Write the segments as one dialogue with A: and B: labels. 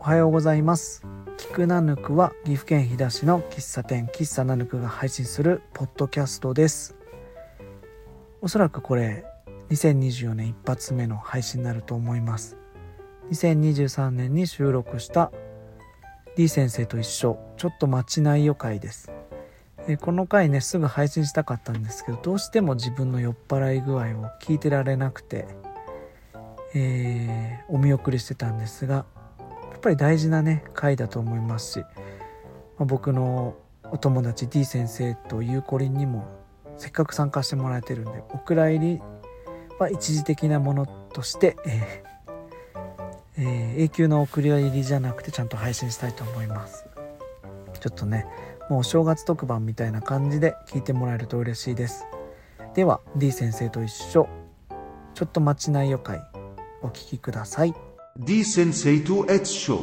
A: おはようございますキクナヌクは岐阜県飛騨市の喫茶店喫茶ナヌクが配信するポッドキャストですおそらくこれ2024年一発目の配信になると思います2023年に収録した D 先生と一緒ちょっと待ちない予会ですえーこの回ねすぐ配信したかったんですけどどうしても自分の酔っ払い具合を聞いてられなくて、えーお見送りしてたんですがやっぱり大事なね回だと思いますし、まあ僕のお友達 D 先生とゆうこりんにもせっかく参加してもらえてるんでお蔵入りは一時的なものとして、えーえー永久のお蔵入りじゃなくてちゃんと配信したいと思いますちょっとねもうお正月特番みたいな感じで聞いてもらえると嬉しいですでは D 先生と一緒ちょっと待ちない予会お聞きください
B: D Sensei to Ed Show.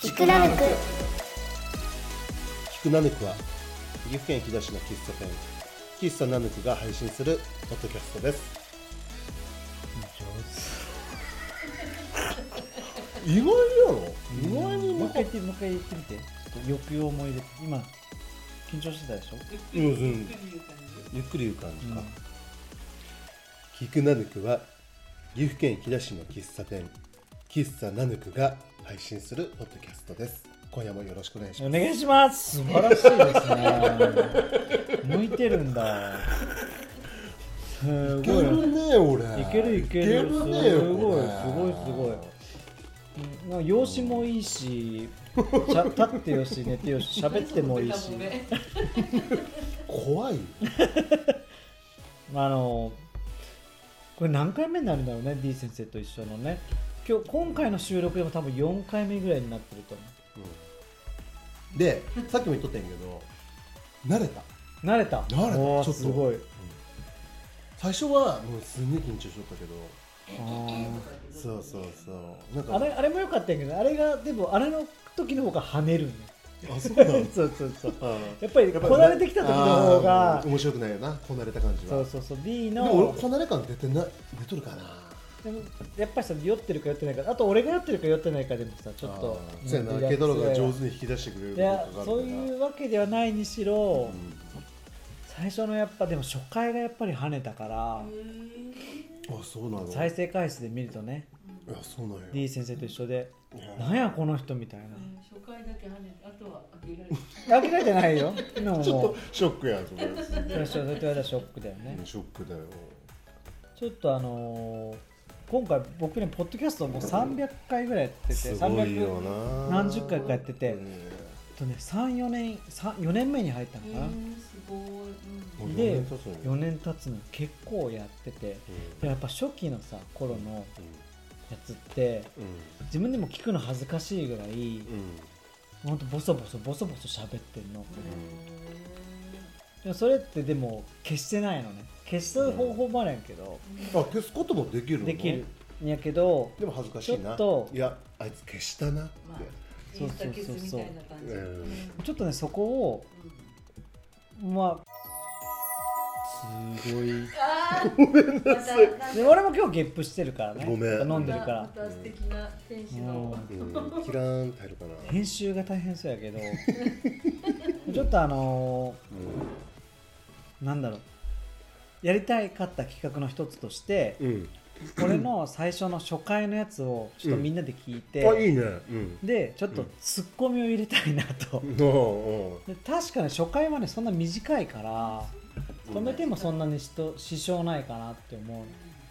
C: ひくらめく
D: キクナヌクは岐阜県飛騨市の喫茶店喫茶ナヌクが配信するポッドキャストです意外やろ意外に
E: もう
D: も
E: 一回言ってもう一回言ってみてちょっと抑揚も入れて今緊張してたでしょ
D: ゆっくりゆっくり言う感じかキクナヌクは岐阜県飛騨市の喫茶店喫茶ナヌクが配信するポッドキャストです今夜もよろしくお願いし
E: お
D: ま
E: 願いします素晴らしいですね向いてるんだす
D: すい
E: ご
D: け
E: い
D: るね俺
E: いけるいける
D: いけるね
E: すごい
D: これ
E: すごいすごいうんなんか容姿もいいししゃ立ってよし寝てよし喋ってもいいし
D: 怖い
E: まああのこれ何回目になるんだろうね D 先生と一緒のね今日今回の収録でも多分4回目ぐらいになってると思
D: でさっきも言っとったんやけど慣れた
E: う慣れた
D: 慣れた
E: おー
D: ちょっと
E: すごい
D: 最初はもうすんげえ緊張しとったけど
E: あー
D: そうそうそうなんか
E: あれあれも良かったんやけどあれがでもあれの時の方が跳ねるね
D: あそうなの
E: そうそうそう
D: あ
E: やっぱり
D: ー
E: こなれてきた時の方
D: あ
E: が
D: ー面白くないよなこなれた感じは
E: そうそうそう D
D: でも
E: の
D: 俺こなれ感出てな出とるかな
E: でもやっぱりさ酔ってるか酔ってないかあと俺が酔ってるか酔ってないかでもさちょっと
D: あーそうやなケドロが上手に引き出してくれる
E: いや
D: ことがあるから
E: そういうわけではないにしろ、
D: うん
E: 最初のやっぱでも初回がやっぱり跳ねたから、
D: あそうなの
E: 再生回数で見るとね、
D: いやそうなんや
E: D 先生と一緒で
D: いや
E: 「なんやこの人」みたい
C: 初回だけ跳ねてあとは開けられる
E: な諦めてないよ今も
D: ちょっ
E: もう
D: とショックやんそれ う
E: 最初それとはショックだよね
D: んショックだよ
E: ちょっとあのー今回僕ねポッドキャストもう300回ぐらいやってて
D: すごいよ
E: 300
D: な
E: 何十回かやってて
D: うん
E: とね34年三四年目に入ったのかな、
C: すごい、
D: もう四
E: で
D: 年経つのに
E: 4年経つのに結構やってて
D: うん
E: でやっぱ初期のさ頃の
D: う
E: やつって
D: ん
E: 自分でも聞くの恥ずかしいぐらい
D: うん
E: ほんとボソボソボソボソ喋ってんのでもそれってでも消してないのね消す方法もあるんやけど、
D: あ消すこともできるの
E: できるんやけど
D: でも恥ずかしいな
E: ちょっと
D: いやあいつ消したなって、
C: まあ
E: そうそうそうそう
C: インスタ消すみたいな感じ、
D: うん
E: ちょっとねそこをまあすごい
C: あーまたなんか
E: で俺も今日ゲップしてるからね
D: ごめん
E: 飲んでるか
C: ま
E: ら
C: た素敵な天使の
E: う
D: うんキラーンって入るかな、
E: 編集が大変そうやけど ちょっとあのーなんだろうやりたかった企画の一つとして
D: うんうん
E: 俺の最初の初回のやつをちょっとみんなで聞いて、
D: あいいねうん
E: でちょっとツッコミを入れたいなと、
D: うん
E: で確かに初回はねそんな短いから止めてもそんなにしと支障ないかなって思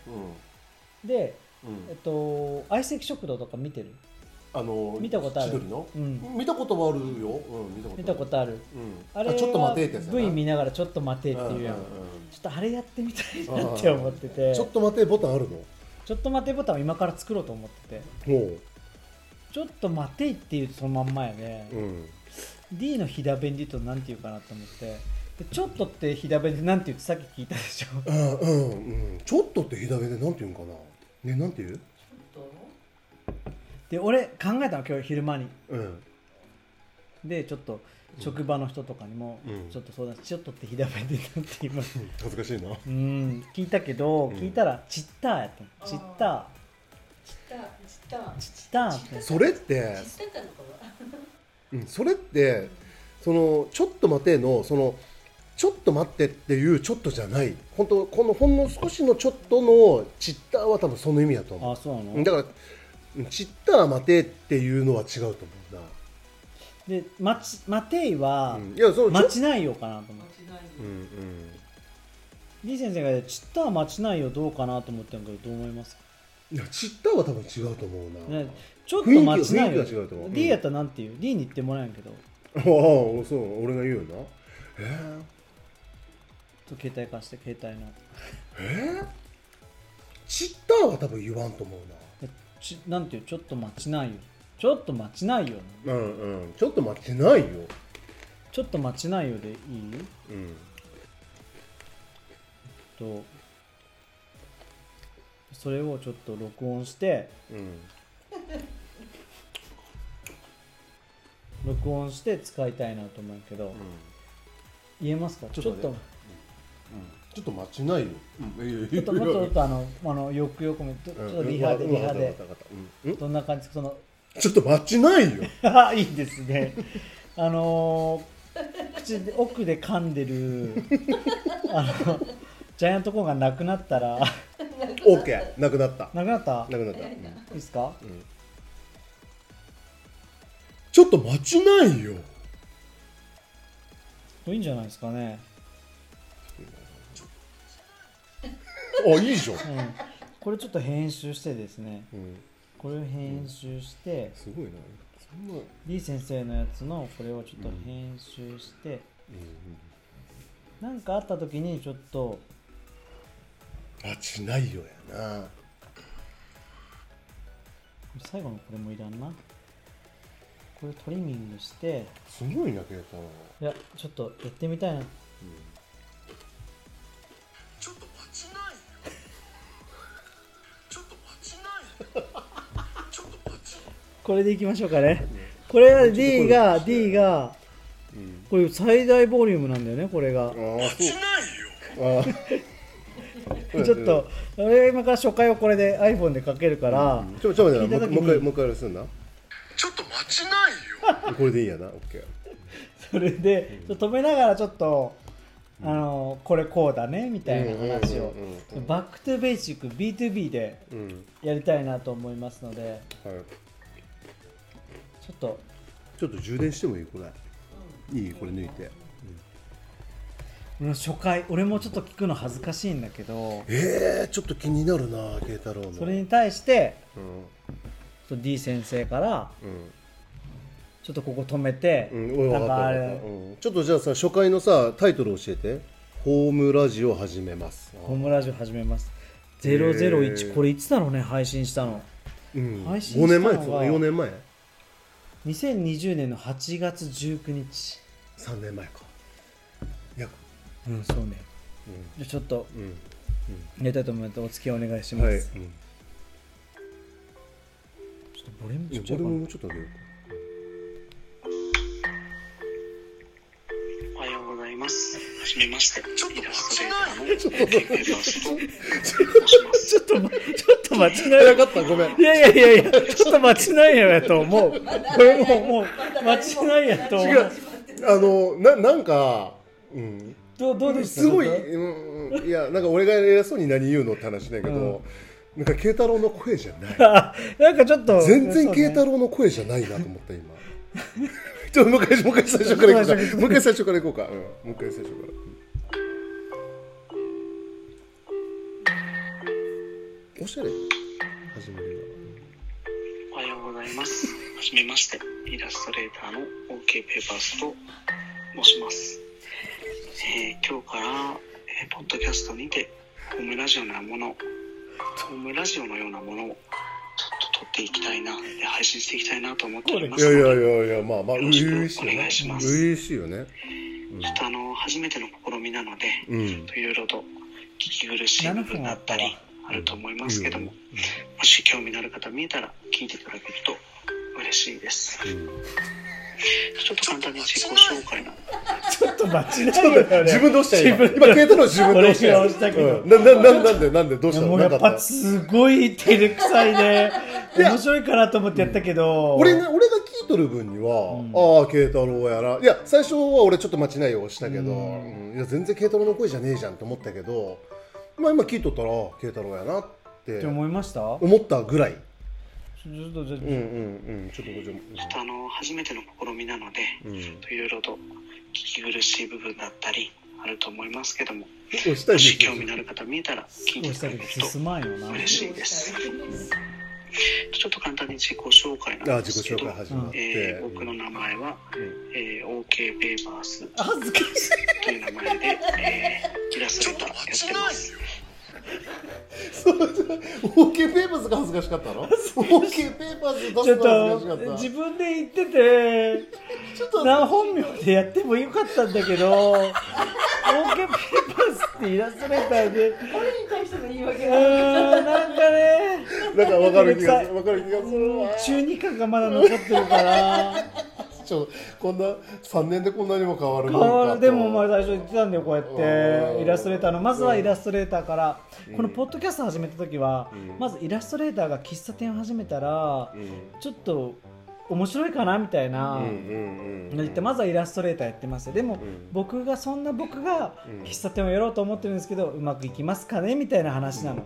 E: う
D: うん
E: で
D: うん
E: えっと相席食堂とか見てる
D: あの
E: 見たことある
D: 千鳥の、
E: うん
D: 見たことはあるよ、うん、見たことある
E: 見たことある
D: うん、
E: あれは
D: ちょっと待てってやつやな
E: V 見ながらちょっと待てっていうやん、
D: うん
E: ち
D: うん
E: ょっとあれやってみたいなって思って
D: う
E: て
D: ん
E: ち
D: ち
E: ょ
D: ょっと待てボタンあるの
E: っと待てボタンを今から作ろうと思ってて
D: ほ
E: ちょっと待てっていうそのまんまやね
D: う、うん、
E: D の飛騨弁で言うとなんて言うかなと思ってででちょっとって平べでなんて言ってさっき聞いたでし ょ
D: うんうんうんちょっとって左でなんて言うんかなねなんて言う
C: と
E: で俺考えたの今日昼間に
D: うん
E: でちょっと職場の人とかにも
D: うん
E: ちょっと相談して、ちょっとって平べでなんて言います
D: 恥ずかしいな
E: うん聞いたけど、
D: うん
E: 聞いたらちったーやったのちった
C: ちったちった
E: ーちったーって
D: それって
C: ちったたのかな
D: うん、それってそのちょっと待てのそのちょっと待ってっていうちょっとじゃない本当このほんの少しのちょっとのチッターは多分その意味だと思
E: あそうな
D: う
E: の
D: だからうんチッター待てっていうのは違うと思うな
E: で待ち待ていは、
D: うんいやそうちょ
E: 待ちないよかなと思っ
C: 間
E: て
C: 違
D: う
C: い
D: ん
C: ない
E: 李先生が「ちったー待ちないよどうかな?」と思ってるけどどう思いますか
D: うんいやチッターは多分違うと思うな、
E: ねちょっと待ちないよ
D: 雰囲気は違うと思う
E: D やったらなんて言う D に言ってもらえんけどちょ
D: ああそう俺が言うよなえ
E: っと携帯貸して携帯の
D: ー、えー、チッターは多分言わんと思うな
E: でちなんていうちょっと待ちないよちょっと待ちないよ
D: うんうんちょっと待ってないよ
E: ちょっと待ちないよでいい
D: うん
E: とそれをちょっと録音して
D: うん
E: 録音して使いたいなと思うけど、
D: うん
E: 言えますかち
D: ち
E: ょ
D: ょ
E: っ
D: っ
E: と
D: と
E: も
D: ねちょっと待ちないよ。ち
E: っともっともっとあのあのよくよく見てちょっとリハでリハでどんな感じその
D: ちょっと待ちないよ。
E: あ いいですね。あのー口で奥で噛んでるあのジャイアントコーンがなくなったら
D: オーケー、なくなった。
E: なくなった
D: ないくなった。
E: いですか
D: うんちょっと待ちないよ。
E: いいんじゃないですかね、
D: あ、いいじゃん。
E: うん、これちょっと編集してですね
D: うん、
E: これを編集して、
D: すごいな。そんな。
E: D 先生のやつのこれをちょっと編集して、なんかあった時にちょっと
D: 待ちないよやな。
E: 最後のこれもいらんなこれトリミングして
D: すごいな、ケイタは。
E: いやちょっとやってみたいな
D: ちょっと待ちないよ。ちょっと待ちないよ。ちょっと待ち。
E: これでいきましょうかね。これは D が、
D: ちょっとこれ
E: D が、これ最大ボリュームなんだよね、これが。
D: 待ちないよ。
E: ちょっと、俺が今から初回をこれで iPhone でかけるから、
D: ちょ、ちょ、待っ
E: 聞いた
D: てな、
E: 時に
D: もうもう一回、もう一回あれすんな。ちょっと待ちないよ。これでいいやな、オッケー。
E: それで、ちょっと止めながらちょっと、あのこれこうだねみたいな話を
D: うんうんうんうん
E: バックトゥベーシック B2B で
D: うん、
E: やりたいなと思いますので
D: はい。
E: ちょっと
D: ちょっと充電してもいい、これ。いい、これ抜いて。
E: 俺の初回俺もちょっと聞くの恥ずかしいんだけど
D: ええ、ちょっと気になるな、慶太郎の。
E: それに対して
D: うん。
E: ちょっと D 先生から
D: うん。
E: ちょっとここ止めて、
D: うん、
E: な
D: わ
E: ん
D: かっ
E: か
D: た
E: あ
D: わか
E: れ
D: った。うんちょっとじゃあさ、初回のさ、タイトル教えて。ホームラジオ始めます。
E: ホームラジオ始めます。
D: へー
E: 001、これいつだろうね、配信したの。
D: うん。
E: 配信
D: 五年前
E: した
D: です
E: のは
D: よ。四年前。
E: 2020年の8月19日。
D: 三年前か。約。
E: うん、そうね。じ
D: う
E: ゃあちょっと
D: ん。
E: やりたいと思います。お付き合いお願いし
D: う
E: ま
D: ん。
E: す。
D: はい。う
E: ち
D: ん。
E: ょっとボリュームちっち
D: 俺
E: ゃいか
D: も
E: な
D: もうちょっと上げようか。
F: おはようございます。はじめまして。イラストレーターのケンケンバースと申します。
E: ちょっとま、ちょっと待ちな
D: 早
E: よ。
D: かった、ごめん
E: い。やいやいやいや、ちょっと待ちないよやと思う。これもう、もう、待ちないやと思
D: 違う
E: う。
D: あのななんか、うん、
E: どうどうですか
D: すごい、
E: ちょっ
D: うんうん、いやなんか俺が偉そうに何言うのって話だけど、なんか慶太郎の声じゃない
E: とあなんかちょっと。
D: 全然慶
E: そう
D: 太郎の声じゃないなと思った 今ちょっともう一回もう一回最初からいこうかもう一回最初からいこうか、うん、もう一回最初からおしゃれ始まり
F: おはようございます。はじめまして。イラストレーターの OK ペーパースと申します。えー今日から、えーポッドキャストにて、ホームラジオのようなもの、ホームラジオのようなものをちょっと撮っていきたいな、で配信していきたいなと思っておりま
D: いや
F: す
D: い
F: ので。
D: やいやいやまあまあ
F: よ
D: 初
F: ろ
D: 々し
F: しく
D: いよ
F: お
D: ね
F: 願いします
D: 初々しいよね
F: ちょっとあの初めての試みなので、
D: うんうん
F: いろいろと聞き苦しい部分だったりあると思いますけども、もし興味のある方見えたら聞いていただけると嬉しいです
D: うんうん
F: ちょっと簡単に自己紹介なん
E: ちょっと待ちなよね
D: 自分で押したよ今
E: 自
D: 今消えたの自分で押したよ
E: 俺が押したけど
D: うんななななんでなんでどう
E: い
D: し
E: や
D: たの
E: もう
D: な
E: や
D: んか
E: っ
D: あ
E: ぱ
D: った
E: すごい照れくさいね 面白いかなと思ってやったけど
D: 俺ね俺が聞いとる分には、
E: うん
D: ああ慶太郎やないや最初は俺ちょっと待ちないをしたけど、
E: うん
D: うんいや全然慶太郎の声じゃねえじゃんと思ったけどまあ今聞いとったらああ慶太郎やなっ
E: って
D: て
E: 思いましたちょ
D: 思ったぐらい
E: っとじゃあ
D: うんうんうんちょっとごめん
F: ちょっとあの初めての試みなので
D: うん
F: いろいろと聞き苦しい部分だったりあると思いますけども
D: 押したいね
F: もし興味のある方見えたら聞いていただけると
E: 進まんよな
F: 嬉しいですちょっと簡単に自己紹介
D: あ
F: な
D: あ
F: んで
D: 自
F: す
D: 己
F: け
D: 紹介、
F: ど
D: 始まって、
F: えー僕の名前は、
D: うん
F: えー OK ペーパース
E: 恥ずかしい
F: という名前で、えーイラストレーターやってます。
D: そうそう OK ペーパーズが恥ずかしかったの ?OK ペーパーズ出すの
E: ちょっ
D: 恥ずかしか
E: と
D: った
E: 自分で言ってて
D: ちょっと
E: な本名でやってもよかったんだけど OK ペーパースってイラストレーターで
C: に対しての言い訳
E: うーん
C: が
E: なんかね
D: なんかわかる気がするわかる気がするわ
E: 中二感がまだ残ってるから
D: ちょこんな3年でこんなにも変わるもんか
E: 変わ
D: と
E: るでもまあ最初言ってたんだよこうやっ
D: うん
E: てイラストレーターのまずはイラストレーターから、
D: うん
E: このポッドキャスト始めた時は、
D: うん
E: まずイラストレーターが喫茶店を始めたら、
D: うん
E: ちょっと面白いかなみたいな、
D: うんうんうん
E: 言ってまずはイラストレーターやってますよでも、
D: ん
E: 僕がそんな僕が
D: うん
E: 喫茶店をやろうと思ってるんですけど、うまくいきますかねみたいな話なの、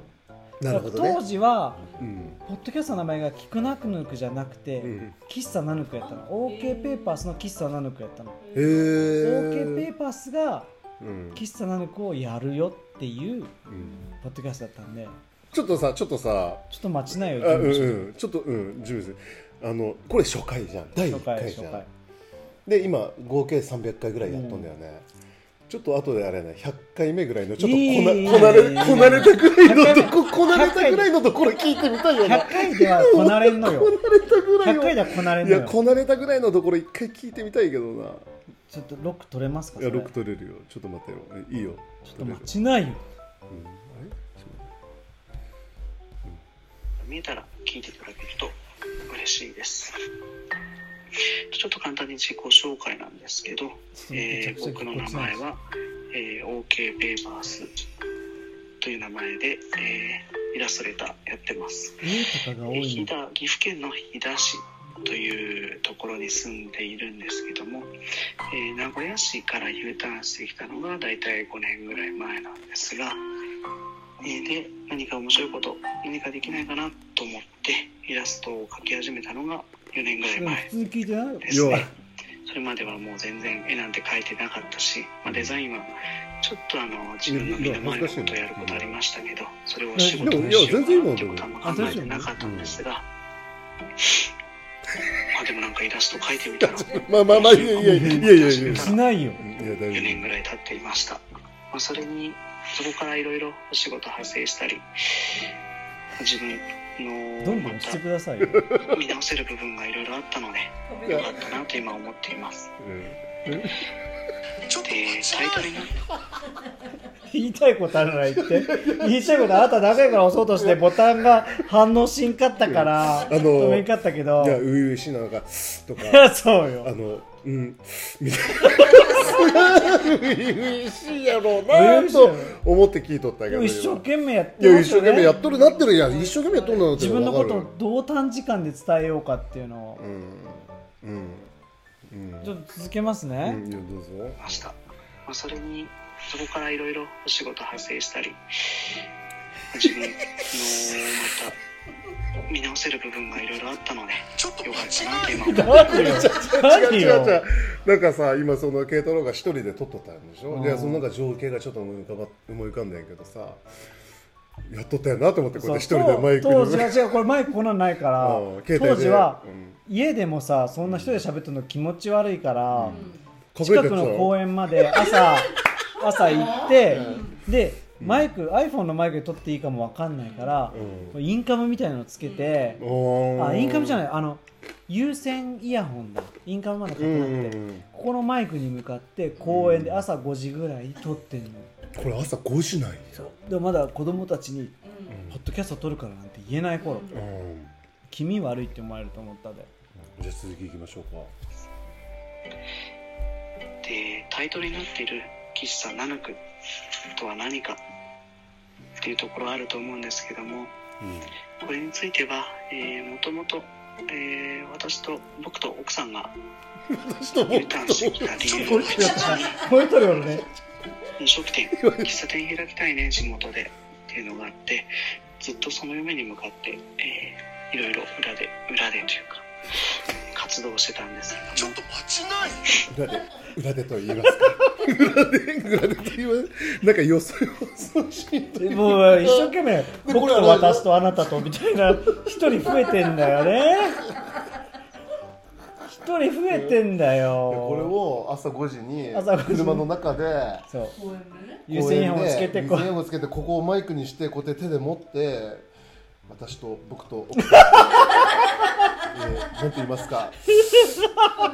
D: なるほ
E: だ
D: ど
E: から
D: ね
E: 当時は
D: うん
E: ポッドキャストの名前が「キクナクヌク」じゃなくて、
D: うん
E: 喫茶ナヌクやったの OK ペーパースの喫茶ナヌクやったの
D: へえ
E: OK ペーパースが
D: うん
E: 喫茶ナヌクをやるよっていう
D: うん
E: ポッドキャストだったんで
D: ちょっとさちょっとさ
E: ちょっと待ちな
D: あ
E: よ
D: う
E: 準
D: ん
E: 備
D: うんちょっとうん準備するあのこれ初回じゃん第
E: して初
D: 1
E: 回
D: 回
E: 初
D: じゃん
E: 回
D: で今合計300回ぐらいやったんだよね、ちょっと後であれね100回目ぐらいのちょっとこな,、
E: いい
D: こなれ
E: いい
D: こなれたぐらいのとこ
E: 100
D: こなれたぐらいのところ聞いてみたいよな
E: 100回ではこなれんのよ
D: こなれたぐら
E: 100
D: いの
E: 回ではこなれん
D: い
E: の
D: や
E: よ
D: こなれたぐらいのところ一回聞いてみたいけどな
E: ちょっとロック取れますか
D: いや
E: それ
D: 6取れるよちょっと待ってよいいよ
E: ちょっと
D: 取れる
E: 待ちないよ
D: うんあれちょっと待
F: 見えたら聞いていただけると嬉しいです。ちょっと簡単に自己紹介なんですけど、えー僕の名前は、えー OK ペーパースという名前で、えーイラストレーターやってます。
E: 家とかが多
F: えー
E: い
F: 飛
E: の
F: 騨岐阜県の飛騨市というところに住んでいるんですけども、えー名古屋市から U ターンしてきたのが大体5年ぐらい前なんですが、えーで何か面白いこと何かできないかなと思ってイラストを描き始めたのが4年ぐらい
E: でも
F: 前
E: 普通に聞いてないよ
F: で
D: って
F: す
D: よ
F: ね。それまではもう全然絵なんて描いてなかったし、まあ、デザインはちょっとあの自分の身の回りのことをやることありましたけどそれを仕事にしようかなってことはあんま考えてなかったんですが、まあでもなんかイラスト描いてみたら
D: ってまあまあまあいやいやいやいやいやいやいや
E: しないよ
D: 大丈
F: 4年ぐらい経っていました、まあ、それにそこからいろいろお仕事派生したり自分
E: ど
F: の
E: んどん
F: ま
E: 押してく
F: た
E: ださいよ
F: 見直せる部分がいろいろあったので
C: 食べ
F: よ
C: る
F: かったなと今思っています
D: 夫うん
F: でタイトルに
E: 言いたいことあるなら言って言いたいことあなた長いから押そうとしてボタンが反応しんかったから
D: の
E: 止めんかったけど
D: いや初々しいなのかとか
E: そう
D: あ
E: よ
D: のうんみたいな初々しいやろう
E: 初
D: な
E: 々しいや
D: と
E: ろ
D: 思って聞いとったけ
E: で
D: ど
E: も一生懸命やっ
D: い
E: て
D: や
E: ま
D: 一
E: す
D: 生
E: よね
D: 懸命やっとるなってるやん一生懸命やっとるなって
E: 自分のこと
D: わ
E: を
D: か
E: どう短時間で伝えようかっていうのを
D: るうんうんうん
E: ちょっと続けます
D: う
E: ね
D: んいやどうぞ
F: ました、まあ、それにそこからいろいろお仕事派生したり自分のまた見直せる部分がいろいろあったのでよかったなと今思って
E: 何よ何
D: 違う違
E: よ
D: うなんかさ今その慶太郎が一人で撮っとったんでし
E: う
D: ょ
E: ん
D: でそのなんか情景がちょっと思い浮かば思い浮かんだんやけどさやっとったよなと思ってこうやって一人でマイク
E: そう当時 は
D: に
E: 違うこれマイクこんなんないから
D: うん携帯
E: 当
D: で
E: 時は
D: うん
E: 家でもさそんな一人で喋ってるの気持ち悪いから
D: 隠
E: 近
D: れて
E: く
D: た
E: の
D: よ
E: 公園まで 朝朝行ってでマイク iPhone のマイクで撮っていいかもわかんないから
D: うん
E: インカムみたいなのつけて
D: おー
E: あインカムじゃないあの有線イヤホンだインカムまでか
D: う
E: けなくて、
D: んうん
E: ここのマイクに向かって公園で朝5時ぐらい撮ってんの、
D: これ朝5時なんや
E: そうでもまだ子供たちに
C: うん
E: 「ポッドキャスト撮るから」なんて言えない頃
D: うん
E: 気味悪いって思われると思ったで
D: じゃあ続きいきましょうか
F: でタイトルになっている喫茶ナヌクとは何かっていうところあると思うんですけども
D: うん
F: これについては、えー、もともと、えー私と僕と奥さんが
D: 私と
F: U
D: 僕
F: ターン
D: と
F: してきた理由
D: こ
F: の
D: れ
F: 一つに
E: 超えとるよ ね
F: 飲食店喫茶店開きたいね地元でっていうのがあってずっとその夢に向かって、えーいろいろ裏で裏でというか活動してたんですけども
D: 裏で裏でと言いますか裏で裏でと言いますなんかよそよそしいという
E: もう一生懸命
D: でこ
E: 僕
D: れは
E: と私とあなたとみたいな一人増えてんだよね一人増えてんだよ
D: これを朝5時に
E: 朝5時
D: 車の中で
E: そう
C: 公園でね
E: 優先イヤホンをつけてこ
D: こ
E: う
D: をつけてここをマイクにしてこうやって手で持って私と僕と奥さんえーなんて言いますか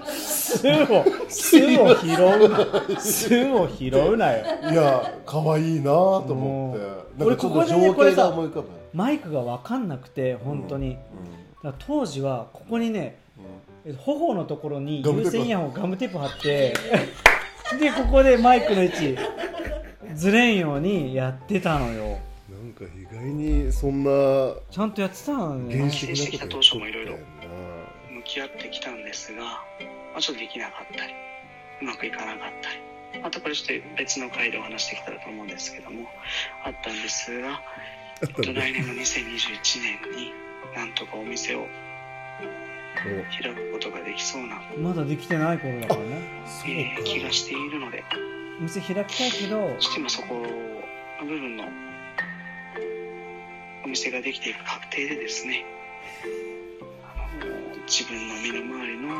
E: 巣を巣を拾うな巣を拾うなよ
D: いや可愛いなと思って
E: もう
D: なんかちょっと
E: 俺ここでね
D: 情景が
E: これさ
D: 思い浮かぶ
E: マイクが分かんなくて本当に、だから当時はここにねえ頬のところに
D: ガムテー
E: 有
D: プ
E: 線イヤホンをガムテープ貼って でここでマイクの位置ずれんようにやってたのよ
D: なんか意外にそんな
E: ちゃんとやってたの
D: 原
E: ね
D: 始的なこと
F: 当初も色々
D: やっとったよな
F: 向き合ってきたんですが、まあ、ちょっとできなかったりうまくいかなかったりまたこれちょっと別の回でお話してきたらと思うんですけどもあったんですが
D: あった
F: えっと
D: ね
F: 来年の2021年になんとかお店を開くことができそうな、
E: まだできてない頃だからね
F: えー気がしているので
E: お店開きたいけど
F: ちょっと今そこの部分のお店ができていく確定でですねあの自分の身の回りの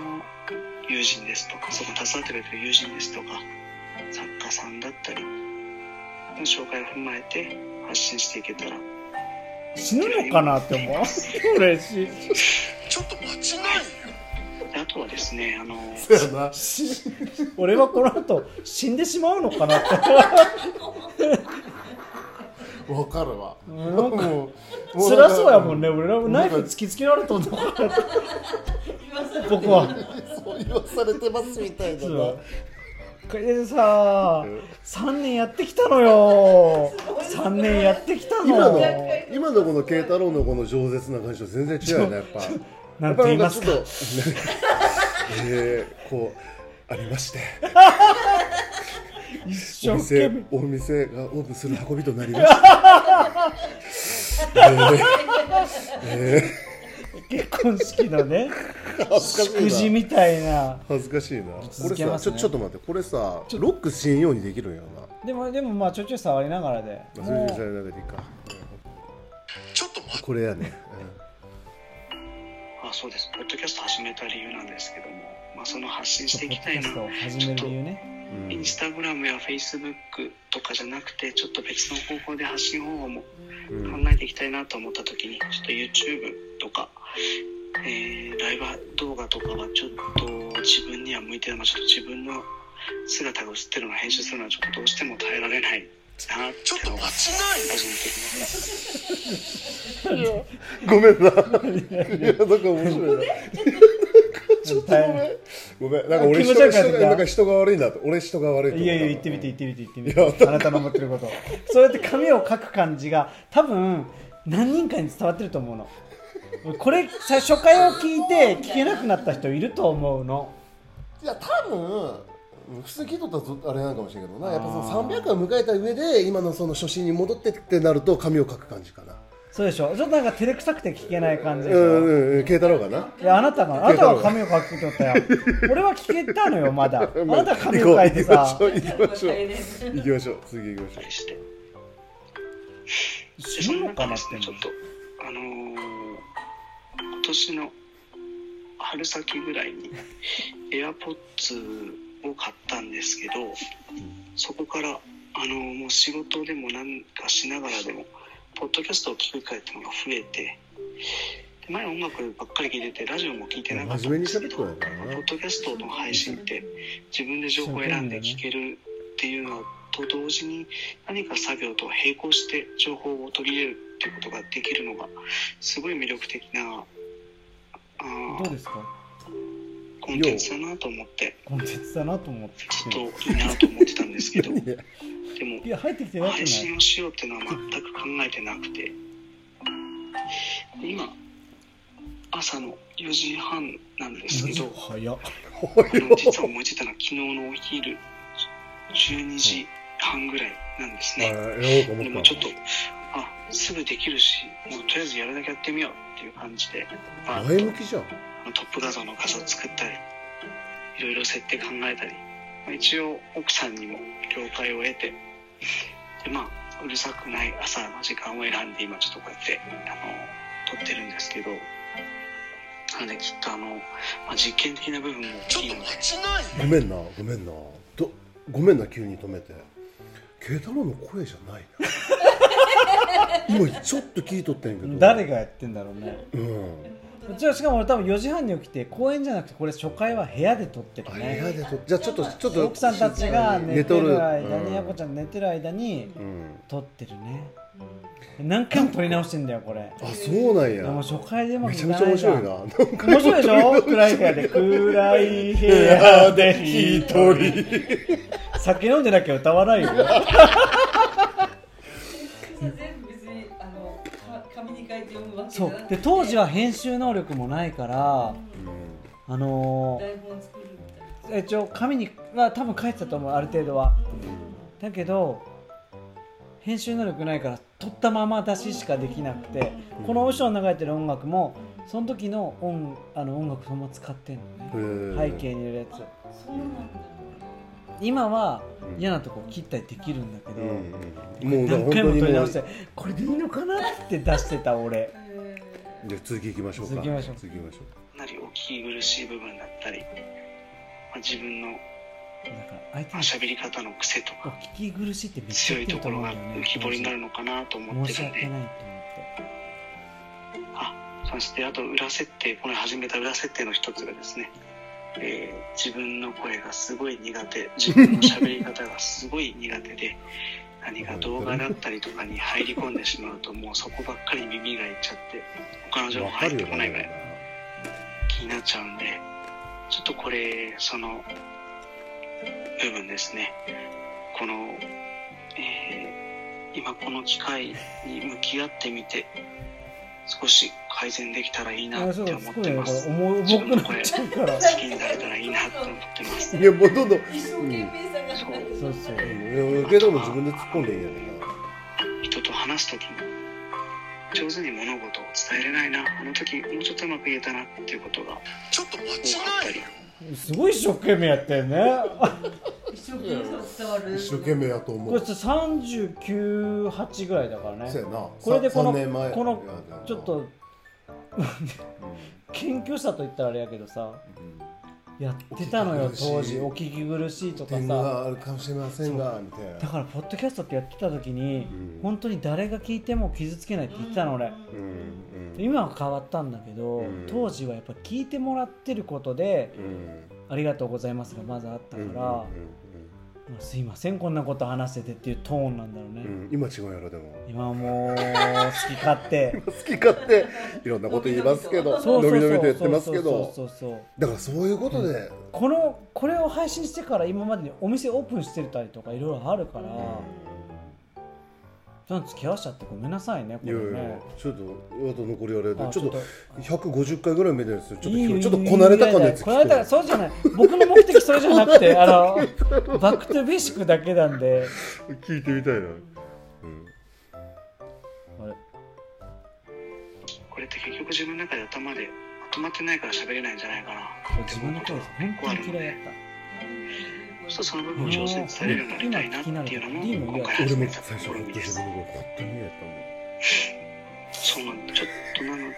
F: 友人ですとかその携わってくれてる友人ですとか作家さんだったりの紹介を踏まえて発信していけたら
E: 死ぬのかなって思う嬉しい
F: であとはですねあの
D: そうやな
E: し俺はこの後死んでしまうのかなって
D: わかるわ
E: なんか
D: もうもうな
E: 辛
D: んか
E: そうやもんね俺らもナイフ突きつけられたんだからって
C: 今さら
E: 僕は
D: そう言わされてますみたいなな
E: これでさ
D: うん
E: 3年やってきたのよ3年やってきた
D: 今の
E: の
D: 今のこの慶太郎のこの饒舌な感じと全然違うよねやっぱ
E: なん
D: やってぱ
E: 言い
D: な
E: ま
D: んか
E: す
D: ち
E: か
D: ょっとえー、こうありまして
E: 一
D: お
E: 生懸
D: 店
E: 命
D: お店がオープンする運びとなりましたえーえ
E: 結婚式のね
D: ー、恥ずか
E: 祝
D: し
E: 辞
D: いな
E: みたいな
D: 恥ずかしいなこ
E: 続
D: れ
E: け
D: さ
E: ま
D: ち
E: す
D: ょ
E: ね
D: ちょっと待ってこれさロックしんようにできるんやろな
E: でもでもまあちょいちょい触りながらで
D: それ
E: も
D: じゃあ
E: う
D: なんかでいいかちょっと待ってこれやね、
F: あそうですポッドキャスト始めた理由なんですけども、まあ、その発信して
E: ポ
F: い
E: ッド
F: き
E: キ
F: たい
E: ャ
F: な
E: ストを始める理由ね
D: うん
F: インスタグラムやフェイスブックとかじゃなくてちょっと別の方法で発信方法も
D: うん
F: 考えていきたいなと思った時にちょっと YouTube とか、えーライブ動画とかはちょっと自分には向いてない、まあ、ちょっと自分の姿が映ってるのを編集するのはちょっとどうしても耐えられないなってのが個人的に
D: ごめんな。いや、なんか面白いな。
E: ちょっと
D: ごめん、なんか俺
E: 気持
D: 人
E: ち
D: が、
E: 悪くなってきた
D: 人がなんか人が悪いなと、俺人が悪いと思った。
E: いやいや言ってみて言ってみて言ってみ
D: いや
E: てあなたの思ってることそうやって紙を書く感じが多分何人かに伝わってると思うの俺これ最初回を聞いて聞けなくなった人いると思うの
D: いや、多分、普通聞いとったらずっとあれなんかもしれんけどな、やっぱそ
E: あ
D: の
E: ー
D: 300回迎えた上で、今のその初心に戻ってってなると、紙を書く感じかな。
E: そうでしょちょっとなんか照れくさくて聞けない感じ
D: う
E: でしょ
D: ん、うん、慶太郎かな。
E: いやあなたがあなたは紙を書くってこと だよ俺は聞けたのよまだあなたは紙を書いてさ
D: 行きましょう、行きましょ
C: う
D: う。行きましょう、次行きましょ
F: たりして
E: 死ぬのかなって
F: ちょっとあのー今年の春先ぐらい に AirPods を買ったんですけどそこから、あのーもう仕事でもなんかしながらでもポッドキャストを聞く機会っていうのが増えて前音楽ばっかり聴いててラジオも聴いてなかった
D: 真
F: ん
D: 面目に
F: です
D: 喋
F: け
D: って
F: ど
D: こないか
F: ポ
D: らな
F: ッドキャストの配信って自分で情報を選んで聞けるっていうのと同時に何か作業と並行して情報を取り入れるっていうことができるのがすごい魅力的なあ
E: どう
F: ー
E: ですか
F: コンテンツだなと思って
E: コンテンツだなと思って
F: ずっといいなと思ってたんですけどで
D: 何で
F: も
E: いや入ってきてよくない
F: 配信をしようっていうのは全く考えてなくて今朝の4時半なんですけど
E: 早っ
F: あの実は思いついたのは昨日のお昼12時半ぐらいなんです
D: あ
F: ね、
D: やろう
F: で
D: と思
F: も
D: っ
F: ち
D: た
F: ょっとあすぐできるしもうとりあえずやるだけやってみようっていう感じで、まあ、
D: 前向きじゃん
F: トップ画像の画像作ったりいろいろ設定考えたり、まあ、一応奥さんにも了解を得てでまあうるさくない朝の時間を選んで今ちょっとこうやってあの撮ってるんですけどなのできっとあの、まあ、実験的な部分も大きいので
D: ごめんなごめんなどごめんな急に止めて慶太郎の声じゃない な今ちょっと聞いとったんやけど
E: 誰がやってんだろうね
D: うん
E: うちはしかも俺多分4時半に起きて公園じゃなくてこれ初回は部屋で撮ってる
D: あ部
E: ね
D: 屋でとじゃあちょっとちょっと
E: 奥さんたちが寝てる間に、
D: う
E: やこちゃん寝てる間に
D: うん
E: 撮ってるね何回も撮り直してんだよこれ
D: あそうなん
E: で
D: や
E: も初回でも
D: めちゃめちゃ面白いな
E: 面
D: なんか
E: 白いでしょ 暗い部屋で暗い部屋で一人酒飲んでなきゃ歌わないよ
C: それ全部別にあのか紙に書いて読むわけじ
E: そ
C: ゃなく
E: う
C: て
E: で当時は編集能力もないから
D: うん
E: あの
C: 台本作るみたいな
E: ー一応紙には多分書いてたと思うある程度はだけど編集能力ないから撮ったまま出ししかできなくてこのお尚の流れてる音楽もその時の音あの音楽そのまま使ってん
D: へー
E: のね背景にいるやつ
C: あそうなんだ
E: 今は
D: うん
E: 嫌なとこ切ったりできるんだけど、
D: うんもうだから
E: 何
D: 本
E: 回
D: 当
E: も
D: に
E: 撮り
D: もうじ
E: 直してこれでいいのかなって出してた俺
C: へ
D: ゃあ続き行きましょうか
E: 続きましょう
D: 続きましょ
F: かなり大きい苦しい部分だったり、まあ、自分の
E: だから相手
F: まあ
E: に
F: 喋り方の癖と
E: お
F: か
E: 聞き苦しいってめっちゃ言
F: 強い
E: って
F: と
E: ると
F: ころ
E: 思うん
F: が
E: だよね
F: 浮き彫りになるのかなと思っ
E: 申
F: て
E: し
F: るん
E: 訳
F: で
E: ないと思って
F: あそしてあと裏設定この始めた裏設定の一つがですね、えー自分の声がすごい苦手自分の喋り方がすごい苦手で何か動画だったりとかに入り込んでしまうともうそこばっかり耳がいっちゃって他の
D: う
F: 情報
D: わか
F: 入っ
D: る
F: て
D: よ
F: こないぐらい
D: ね
F: 気になっちゃうんでちょっとこれその部分ですねこの、えー今この機会に向き合ってみて少し改善できたらいいなって
E: そう
F: 思ってますす
E: ごい重
F: 自
E: 重
F: 分
E: く
F: の
E: な
F: 声
E: っ
F: 好
E: ちゃうからそう
F: きになれたらいいなって思ってます
D: いやもうどんどん
C: え一生懸命さが
F: そう
E: そう
D: うんいやけども自分で突っ込んでいいんやねんな
F: 人と話す時も上手に物事を伝えれないなあの時もうちょっとうまく言えたなっていうことが多かったり
E: すごい一生懸命やってるね
C: 一生懸命さが伝わる
D: 一生懸命やと思
E: これ
D: う
E: 398ぐらいだから
D: そう
E: ね
D: やな
E: これで
D: さ
E: この
D: 三年前
E: この
D: いや
E: ちょっと
D: う
E: 謙虚さと言ったらあれやけどさ
D: ん
E: やってたのよ
D: お聞き苦しい
E: 当時お聞き苦しいとか
D: 点
E: さ
D: があるかもしれませんがみたい
E: だ
D: な
E: からポッドキャストってやってた時に、
D: うん
E: 本当に誰が聞いても傷つけないって言ってたの俺
D: うんうん
E: 今は変わったんだけど、
D: うん
E: 当時はやっぱ聞いてもらってることで
D: う
E: 「
D: ん
E: ありがとうございます」がまずあったから「まあすいませんこんなこと話せて」っていうトーンなんだろうね、
D: うんうん今違うやろでも
E: 今はもう好き勝手
D: 好き勝手いろんなこと言いますけど
E: そう
D: 伸
E: そう
D: び
E: そう
D: 伸びと言ってますけど
E: そうそうそうそう
D: だからそういうことで
E: このこれを配信してから今までにお店オープンしてたりとかいろいろあるから、ちゃんと付き合わせちゃってごめんなさいねこ
D: い
E: れ
D: や
E: ね
D: いやちょっとあと残りあれで
E: あ
D: ちょっと
E: ちょ
D: 150回ぐらい目ですよちょっと
E: いい
D: 今
E: よ
D: 日ちょっとこなれた感じ
E: こなれたそうじゃない僕の目的それじゃなく てあのバックトゥベーシックだけなんで
D: 聞いてみたいなうん
E: あれ
F: これって結局自分の中で頭でまとまってないから喋れないんじゃないかな
E: 自分の声です本当に嫌いだった
F: ちょっとその部分を上手に伝えれるようになりたいなっていうのも今
D: 俺
F: 回始
D: も
F: めた
D: 最初
F: 試
D: は
F: み
D: 自
F: です
D: 分が本当に嫌やったもん
F: そうなんですちょっとなので、
E: 本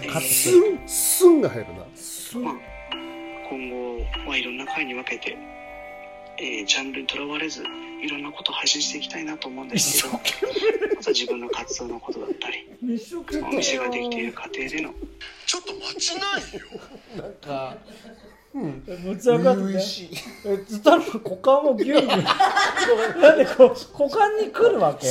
E: 当にカット
D: スンスンが入るな
F: まあ、今後はいろんな回に分けて、えージャンルにとらわれずいろんなことを配信していきたいなと思うんですけど
E: 一
F: まずは自分の活動のことだったり
E: 一生懸
F: お店ができている過程での
E: むっちゃ分かってえずたの股間をギュンギュンなんでこう股間に来るわけ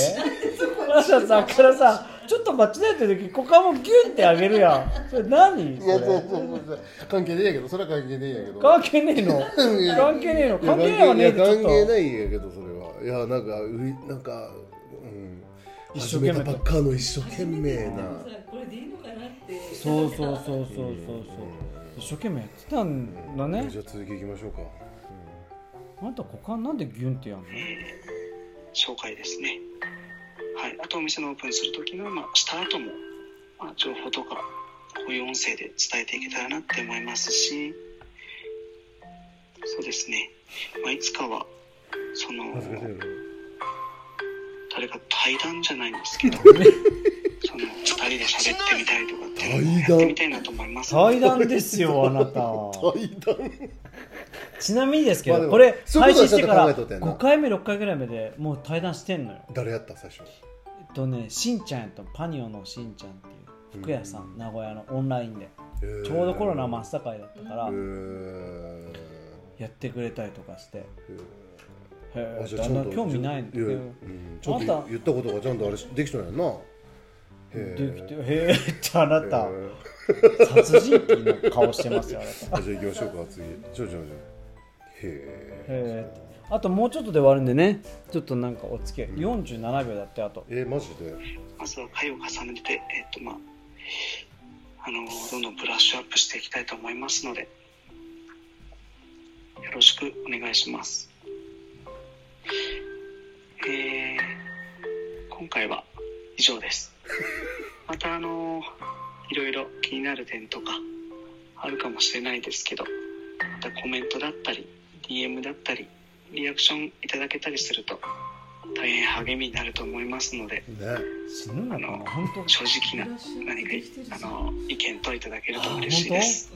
E: わざさからさちょっと間違えてる時股間をギュンってあげるやんそれ何そ
D: いや違う違う
E: れ
D: 違う関係ねえやけどそれは関係ねえやけど
E: 関係ねえの
D: いや
E: 関係ねえの
D: いや
E: 関係ないわねえ
D: 関
E: ってちょっ
D: 係ないや関係
E: と
D: ないやけどそれはいやなんかういなんかうん
E: 一
D: 始
E: 生
D: め
E: 懸命
D: たばっかの一生懸命な
C: これでいいのかなって
E: そうそうそうそうそうそう一生懸命やってたんだね
D: じゃあ続きいきましょうか
E: あんた股間なんでギュンってやんの
F: 紹介ですね、はい、あとお店のオープンする時の、まあ、した後も、まあ、情報とかこういう音声で伝えていけたらなって思いますしそうですね、まあ、いつかはその
D: 恥ずかしいな
F: 誰か対談じゃないんですけどその2人で喋ってみたいとかっていうのをやってみたいなと思います
E: 対談です よあなた
D: 対談
E: ちなみにですけ
D: まあで
E: ど
D: も
E: これ
D: そうい
E: 配
D: うこと
E: 信
D: は
E: してから
D: ちょっと考えとったよな
E: 5回目6回ぐらい目でもう対談してんのよ
D: 誰やった最初
E: えっとねしんちゃんとパニオのしんちゃんっていう服屋さん、名古屋のオンラインでちょうどコロナ真っ盛りだったから、
D: へー
E: やってくれたりとかして、
D: へー
E: へ
D: あ
E: え
D: じゃあちゃんと
E: 興味ないんだけ
D: や
E: ど
D: やうんちょっ
E: あん
D: と
E: た
D: 言ったことがちゃんとあれできてないやんなへ
E: で
D: ー
E: きてへえってあなた、
D: へー
E: 殺人鬼の顔してますよあなた
D: あじゃあ行きましょうか次ちょちょちょへ
E: へえってあともうちょっとで終わるんでねちょっとなんかお付き合い、47秒だってあと
D: ええマジで
F: まずは回を重ねて、えっとまあ、あのどんどんブラッシュアップしていきたいと思いますのでよろしくお願いします、えー今回は以上ですまたあのいろいろ気になる点とかあるかもしれないですけどまたコメントだったり DM だったりリアクションいただけたりすると大変励みになると思いますので
D: ね
E: 死ぬのかな本当
F: 正直な何かあの意見といただけると嬉しいです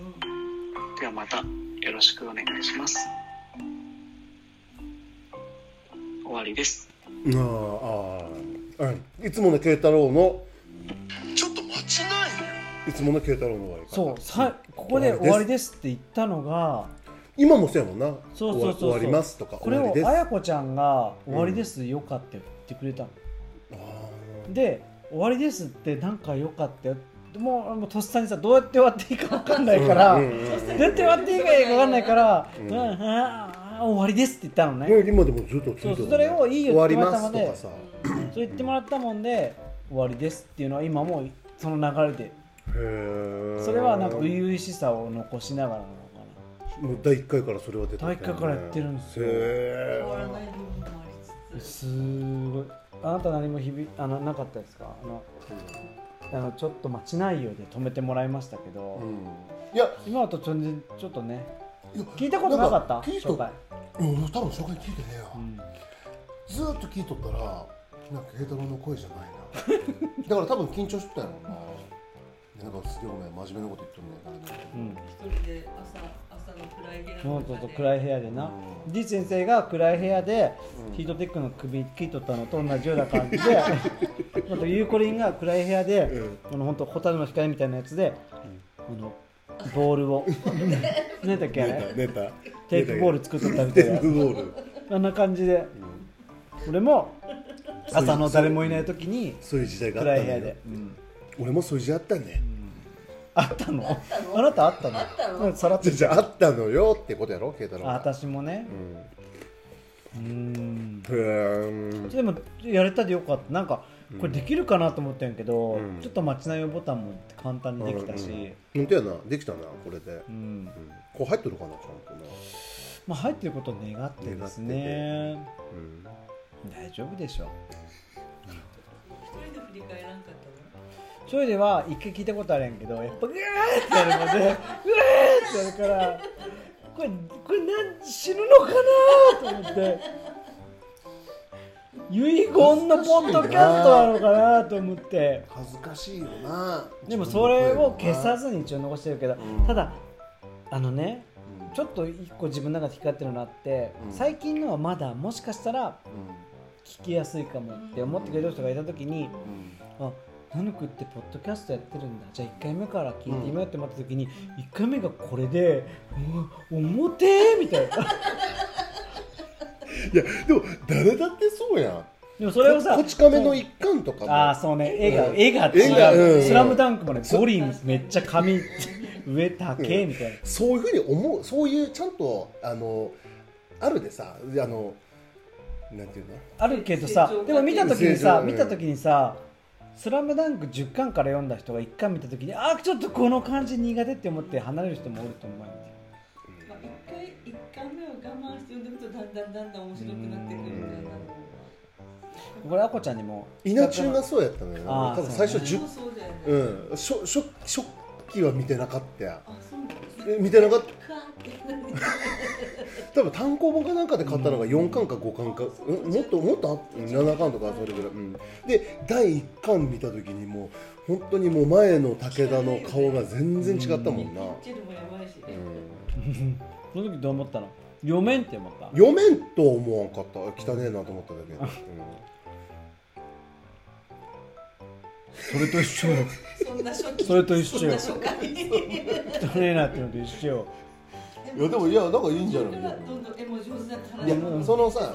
F: ではまたよろしくお願いします終わりです
D: ああああうんいつもの慶太郎のちょっと待ちないいつもの慶太郎の終わり方
E: そうさここで終わりですって言ったのが
D: 今もそうやもんな
E: そうそうそうそう
D: 終わ終わりますとか
E: これを
D: 終
E: あ
D: わり
E: やこちゃんが「終わりですよかったよ」って言ってくれたの、
D: です
E: で「終わりです」ってなんかよかったよもうもうとっさにさどうやって終わっていいか分かんないから、
D: あーうんうんうん
E: どうやって終わっていいか分かんないから「
D: うん
E: うんあー終わりです」って言ったのね、
D: もう今でもずっとついてるもんね
E: そうそれをいいよ
D: 終わります
E: って言わ
D: とか
E: れた
D: さ
E: そう言ってもらったもんで「終わりです」っていうのは今もうその流れで
D: へー
E: それはなんか初々しさを残しながらなのかな
D: もう第一回からそれは出てたよね
E: 第一回からやってるんですよ
D: へ
C: 変わら
D: ー
C: ない部分もありつつ
E: すごいあなた何もひびあのなかったですかあのあのちょっと待ちないようで止めてもらいましたけど、
D: うんいや
E: 今だと全然ちょっとね
D: いや
E: 聞いたことなかった
D: ん聞いた
E: 紹介、
D: うん俺多分紹介聞いてねえよ
E: うん、
D: ずーっと聞いとったらなんか慶太郎の声じゃないなだから多分緊張してたやろうななんかすげえごめん真面目なこと言ってんねんからね
E: うん、
C: 一人で朝朝の暗い部屋
E: もうちょっと暗
C: い
E: い部屋でな、D 先生が暗い部屋でヒートテックの首切っとったのと同じような感じであとゆうこりんが暗い部屋で、あの本当蛍の光みたいなやつで、あのボール を何だっけあれ
D: ネタ
E: テイクボール作っとったみたいな
D: ボール
E: あんな感じで、俺も朝の誰もいない時に
D: そういう時代があ
E: 暗
D: っ
E: い
D: たん
E: 部
D: だ
E: 屋
D: よ
E: で、うん
D: 俺もそういう時代あったね
E: あったのあなたあったの
C: あったの
E: うんさらっと
D: じゃじゃああったのよってことやろ慶太郎
E: あ
D: が
E: 私もね
D: うんへ
E: うん
D: ー
E: でもやれたでよかったなんかこれできるかなと思ったんやけど、
D: うん
E: ちょっと待ちなよボタンも簡単にできたし、
D: 本当やなできたなこれで
E: うん
D: うんこう入っとるかなちゃんとな
E: まあ、入ってることを願ってですね
D: うん
E: 大丈夫でしょう
C: 一人で振り返らんかったの
E: ちょいでは一回聞いたことあるんやけどやっぱグーってやるので グーってやるからこれこれなん死ぬのかなと思って遺言のポッドキャストなのかなと思って
D: 恥ずかしいよな
E: でもそれを消さずに一応残してるけどただあのね
D: うん
E: ちょっと一個自分の中で光ってるのあって、
D: うん
E: 最近のはまだもしかしたら
D: う
E: 聞きやすいかもって思ってくれる人がいた時に
D: んうん
E: あナヌクってポッドキャストやってるんだじゃあ1回目から聞いてみようって思った時に1回目がこれで「うわ重てえ!」みたい な
D: いやでも誰だってそうやん
E: でもそれをさ
D: こち亀の一環とかも
E: ああそうね絵が、
D: うん
E: 絵が
D: 絵が
E: 違う、
D: うん
E: スラムダンクもねボリンめっちゃ髪上高えみたいな、
D: そういうふうに思うそういうちゃんとあのあるでさあのなんていうの
E: あるけどさ
C: 成長
E: でも見た時にさ
D: うん
E: 見た時にさ「スラムダンク10巻から読んだ人が1巻見た時にあーちょっとこの感じ苦手って思って離れる人もおると思うよ
C: まあ、一回一回目を我慢して読んでみるとだんだんだんだん面白くなってくるみたいな。
E: これあこちゃんにも
D: 稲中がそうやったのよ
E: あー
D: 多分最初
E: そう
D: 10
C: そうそうだよね。
D: うん初初初期は見てなかったや
C: あ、そうなんですね。
D: え見てなかっ
C: かーって。
D: た多分単行本かなんかで買ったのが4巻か5巻か、
C: うん
D: うんもっともっとあったうん7巻とかそれぐらい、うん、で第1巻見た時にもう本当にもう前の武田の顔が全然違ったもんな、う
C: チェルもやばいし。
D: ん、
E: その時どう思ったの読めんって思った
D: 読めんとは思わんかった汚ねえなと思っただけ、
E: それと一緒 よ
C: そんな初期。
E: それと一緒よ
C: そんな初回に。で
E: トレーナーってのと一緒よ
D: うんいやでもいやなんかいいんじゃ
C: だから
D: ない
C: どんどん絵も上手だから。
D: いやそのさ
C: さ。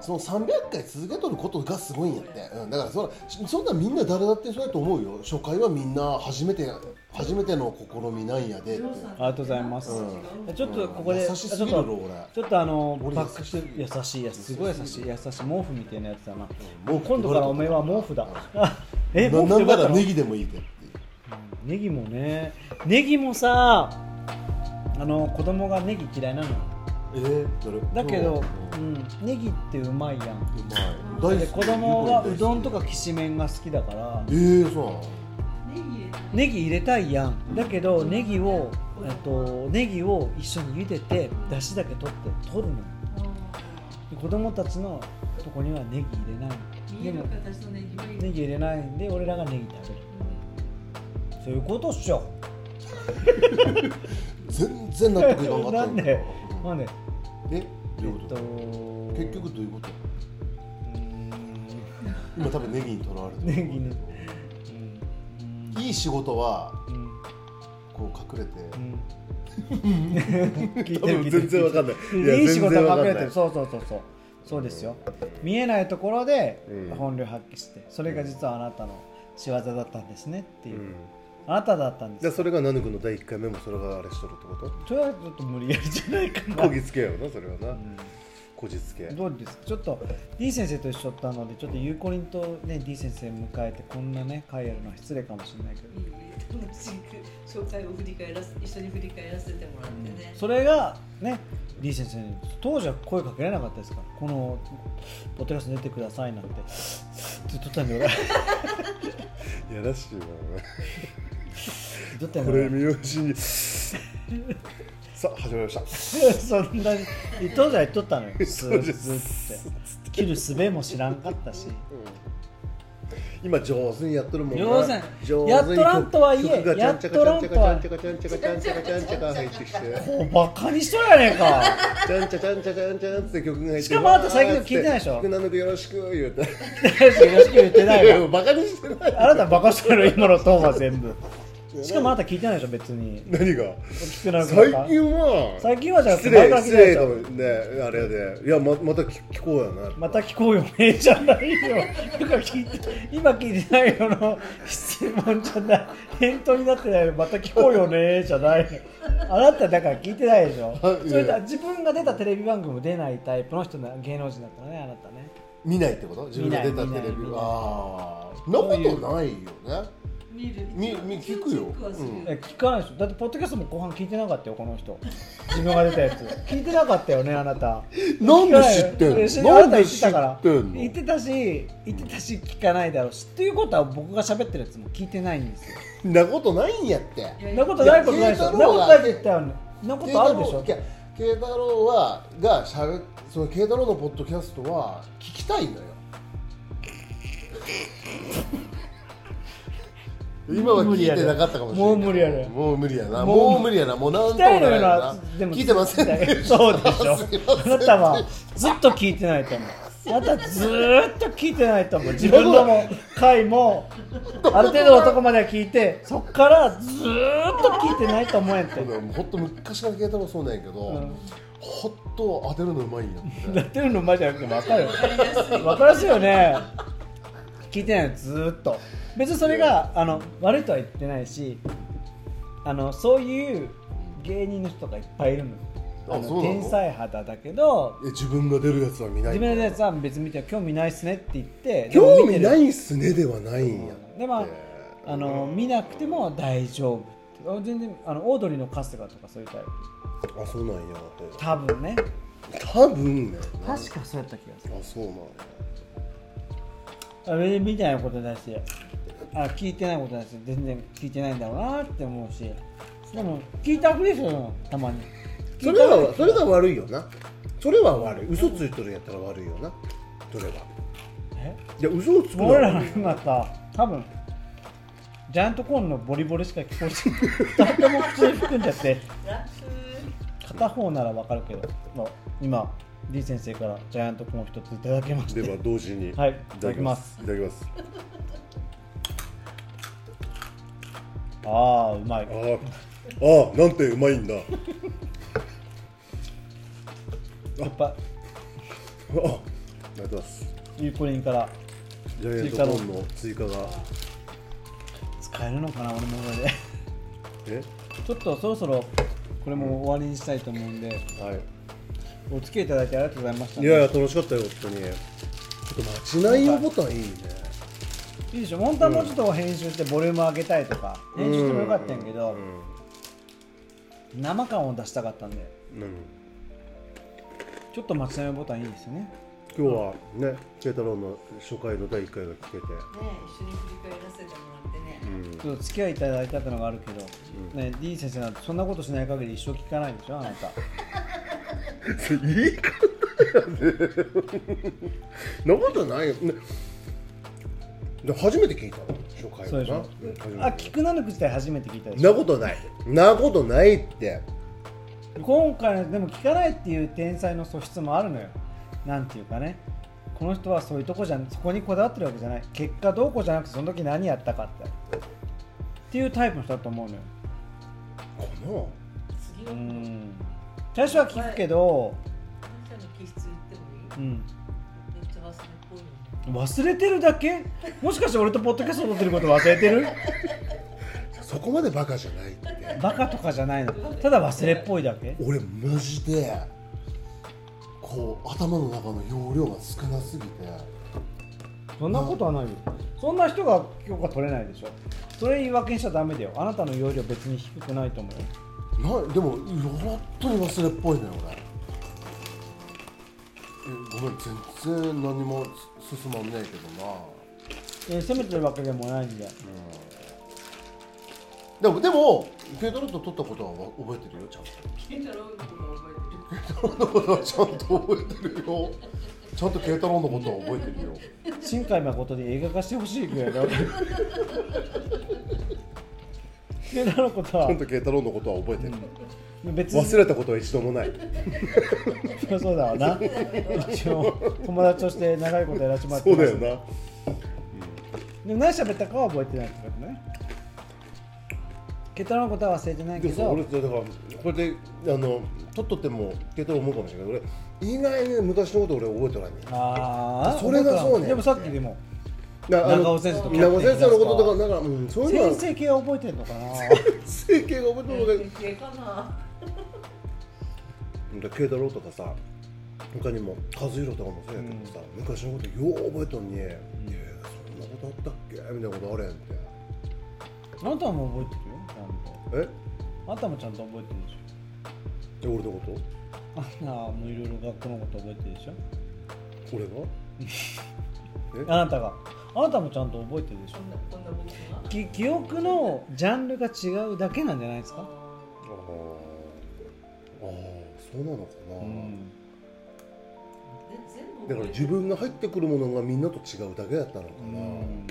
D: その300回続けとることがすごいんやって、うん、だからそんなそんなみんな誰だってそうやと思うよ初回はみんな初めて初めての試みなんやでって、
E: ありがとうございます、
C: うん
E: ちょっとここで、
D: 優しすぎる
E: ちょ
D: ろ
E: っと
D: 俺
E: ちょっとあの
D: 俺
E: バックして
D: 優
E: 優しいやすごい優しい優しい毛布みたいなやつだなもう
D: 毛布
E: 今度からおめえは毛布だえ毛
D: な
E: 布
D: なんな
E: って
D: ら
E: の
D: ネギでもいいでって
E: ネギもねネギもさあの子供がネギ嫌いなの
D: えー、どれ
E: だけど、う
D: うん
E: ん、ネギってうまいやん
D: うまい
E: で
D: 大好き
E: 子供がうどんとか
D: え
E: きしめんが好きだから
D: えー、そうなの
C: ネギ入れて
E: ネギ入れたいやんだけどネギをえっとネギを一緒に茹でて出汁だけ取って取るので子供たちのとこにはネギ入れないの
C: 見
E: で
C: える
E: も
C: 形のネギはいい
E: ネギ入れないんで俺らがネギ食べるそういうことっしょ
D: 全然納得いかんかった
E: な
D: よ
E: んで
D: う
E: なんで
D: んえどう
E: えっ
D: いうことと、結局どういうこと今多分ネギにとらわれてる
E: ネギね
D: いい仕事は
E: うん
D: こう隠れて、
E: 聞いてる聞いてる
D: わかんない
E: いい仕事が隠れてる
D: そ
E: そうそうそうそうそうですよ見えないところで
D: うん
E: 本領発揮してそれが実はあなたの仕業だったんですねって
D: う
E: いう、
D: ん
E: あなただったんです
D: でそれがナヌ君の第一回目もそれがあれしとるってこ
E: それはちょっと無理やりじゃないか
D: と
E: な
D: こぎつけやろなそれはなこじつけ
E: どうですかちょっと D 先生と一緒だったのでちょっとゆうこりんと、ね、D 先生迎えてこんなね会やるのは失礼かもしれないけど
C: いいね楽しく紹介を振り返らせ一緒に振り返らせてもらってね。
E: それがね D 先生に当時は声かけられなかったですからこのポッドキャストに出てくださいなんてずっとったんだよ俺
D: やらしいわ
E: ずっとったん
D: こ
E: だ
D: れ
E: よ
D: 見よしにさあ始まりました
E: 俺 そんなに当時は言っとったのよず
D: そう
E: ー
D: で
E: ず
D: す
E: ーって切る術も知らんかったし
D: 今上手にやっとるもんな
E: 上手
D: 上手に
E: やっとらんとはいえ
D: 曲がちゃんちゃかちゃんちゃかちゃんちゃかちゃんちゃかちゃんちゃかちゃんちゃか入ってきて
E: おバカにしとるやねえか
D: ちゃんちゃちゃんちゃちゃんちゃんって曲が入って
E: しかもあなた最近の聞いてないでしょ
D: 曲なのでよろしく言うて
E: 大してよろしく言ってないわ
D: バカにしてない
E: あなたバカしとるよ今のトーンは全部しかもあなた聞いてないでしょ別に
D: 何が
E: 大きくなるか
D: 最
E: ら
D: 近
E: か
D: は
E: 最近はじゃあ
D: 失
E: 前
D: 礼
E: から聞い
D: 失
E: てないで
D: 礼
E: し
D: か
E: ょ
D: もねあれやでいやままた聞聞こうやな
E: また聞こうよねじゃないよ。とか聞いて今聞いてないよの質問じゃない。返答になってないよ。また聞こうよねじゃないの。あなただから聞いてないでしょ。
D: はい
E: それだ自分が出たテレビ番組も出ないタイプの人な芸能人だったのねあなたね。
D: 見ないってこと自分が出た
E: 見な
D: テ
E: い
D: レビ
E: 見ない
D: ああなことないよね
C: 見る。
D: みみ聞くよ
C: チェックはする
D: うん
E: え聞かないでしょ。だってポッドキャストも後半聞いてなかったよこの人。自分が出たやつ聞いてなかったよねあなた。
D: なんで知ってんの
E: いや知
D: な
E: あ
D: ん
E: なた
D: で
E: 言っ
D: 知
E: て
D: って
E: た
D: ん
E: から
D: の
E: 言ってたし言ってたし聞かないだろうしということは僕が喋ってるやつも聞いてないんですよ
D: んなことないんやって
C: いや
E: なことないことないでしょ
D: い
E: な
D: や
E: ことないって言ったよねなことあるでしょ
D: いや慶太郎はがしゃべその慶太郎のポッドキャストは 聞きたいのよ今は聞いてなかったかもしれな
E: も
D: い
E: う無理やね
D: もう無理やな
E: もう
D: もう無理やなもう何と
E: 聞き
D: もな
E: たいの
D: ら
E: よ
D: ん
E: な
D: な
E: でも
D: 聞いてませんね
E: そうでしょ
D: すいま
E: あ
D: せん
E: なたはずっと聞いてないと思うあなたずーっと聞いてないと思う自分のも回もある程度のとこまでは聞いてそっからずーっと聞いてないと思えんって
D: でもほんと昔から聞いたもそうなんやけど、
E: うん
D: ほっと当てるのうまいんやって
E: やってるのマジじゃなくても分かる分かりやすいよね聞いてないのずーっと別にそれがあの悪いとは言ってないしあのそういう芸人の人がいっぱいいるの
D: あ
E: あの
D: そうなの
E: 天才肌だけど
D: え自分が出るやつは見ない
E: 自分のやつは別に見て興味ないっすねって言ってでも
D: 興
E: 見て
D: 味
E: る
D: ないんすねではないんやって
E: でもあの見なくても大丈夫全然あのオードリーの春日とかそういうタイプ
D: あそうなんや
E: 多分ね
D: 多分ね
E: 確かそうやった気がする
D: あそうなんや
E: あれみたいなことだしあ聞いてないことだし全然聞いてないんだろうなって思うしでも聞いたふりするのたまに
D: それはそれが悪いよなそれは悪い嘘ついとるんやったら悪いよなそれは
E: え
D: いや嘘をつくのは
E: 俺らの今さ多分ジャイアントコーンのボリボリしか聞こえてない誰も口に含んじゃって
C: ラス
E: 片方ならわかるけどまあ今 D 先生からジャイアントコーン一ついただきまし
D: で
E: て
D: は同時に
E: はいいただきます
D: いただきます
E: ああうまい
D: あああなんてうまいんだあ
E: やっぱ
D: ありがとうございます
E: ゆうこりんから
D: ジャイアントコーンの追加が
E: 使えるのかな俺の上で
D: え
E: ちょっとそろそろこれも終わりにしたいと思うんで
D: はい
E: お付き合いいただいてありがとうございました、
D: いやいや楽しかったよ本当にちょっと待ちないよボタンいいね
E: いいでしょ本当はもうちょっと編集してボリューム上げたいとか編集してもよかったんやけど、
D: うん
E: 生感を出したかったんで
D: うん
E: ちょっと待ちのボタンいいですよね
D: 今日はね慶太郎の初回の第1回が聞けて
C: ね一緒に振り返らせてもらってね
D: うん
E: ちょっと付き合いいただいたってのがあるけど、ね D 先生なんてそんなことしない限り一生聞かないんでしょあなた
D: いいことやね。なことないよ。ね で初めて聞いたの初回
E: そうでし
D: な
E: ょ
D: うん初めて
E: あ聞くなぬく自体初めて聞いたでし
D: な
E: ょ
D: ことない。なことないって。
E: 今回でも聞かないっていう天才の素質もあるのよなんていうかねこの人はそういうとこじゃんそこにこだわってるわけじゃない結果どうこうじゃなくてその時何やったかってっていうタイプの人だと思うのよ
D: この
C: 次
E: う
C: は
E: ん最初は聞くけど、
C: 感謝の気質言ってもいい
E: うん、
C: めっちゃ忘れっぽいよね
E: 忘れてるだけもしかして俺とポッドキャスト撮ってること忘れてる
D: そこまでバカじゃないって。
E: バカとかじゃないのただ忘れっぽいだけ
D: 俺マジでこう頭の中の容量が少なすぎて。
E: そんなことはないよそんな人が許可取れないでしょそれ言い訳にしちゃダメだよあなたの容量別に低くないと思うよ
D: なでも本当に忘れっぽいね俺。えごめん全然何も進まんねえけどな。
E: えー責めてるわけでもないんで
D: でも、でも、ケイトロと撮ったことは覚えてるよ、ちゃんと。
C: ケンタロウの
D: のこ
C: ことは覚えてる
D: とはちゃんと覚えてるよ。ちゃんとケイトロのことは覚えてるよ。
E: 新海誠に映画化してほしいぐらいだよケダのこと
D: ち
E: は
D: ゃんとケイトロのことは覚えてる。
E: 別に
D: 忘れたことは一度もない。
E: そうだわな一応友達として長いことやらせてもらって
D: そうだ
E: ます
D: よな。
E: でも何喋ったかは覚えてないってことねケタロのことは忘れてないけ
D: でもさ、
E: ど
D: 俺、だから、これで、あの、撮っとっても、ケイトロ思うかもしれないけど、俺。意外に昔のこと、俺覚えてないね。
E: ああ
D: それがそうね
E: でもさっきでも
D: だあの
E: 長尾先生とキャプテン
D: 長尾先生のこととか、だから、うん、そういう
E: 先
D: のは。
E: 生系は覚えてんのかな
D: 整形が覚えてるの
C: 典型かな
D: だ慶太郎とかさ他にも和弘とかもそうやけどさ、昔のことよう覚えとんに「いやいやそんなことあったっけ?」みたいなことあれへんって
E: あなたも覚えてるよちゃんと
D: え
E: あなたもちゃんと覚えてるでしょ
D: え俺のこと
E: あんなもいろいろ学校のこと覚えてるでしょ
D: 俺が
E: あなたがあなたもちゃんと覚えてるでし
C: こ
E: ょ
C: んなこんな僕が
E: き記憶のジャンルが違うだけなんじゃないですか、
D: あーあーそうなのかな、
E: うん、
C: で全部
D: だから自分が入ってくるものがみんなと違うだけだったのかな、
E: うん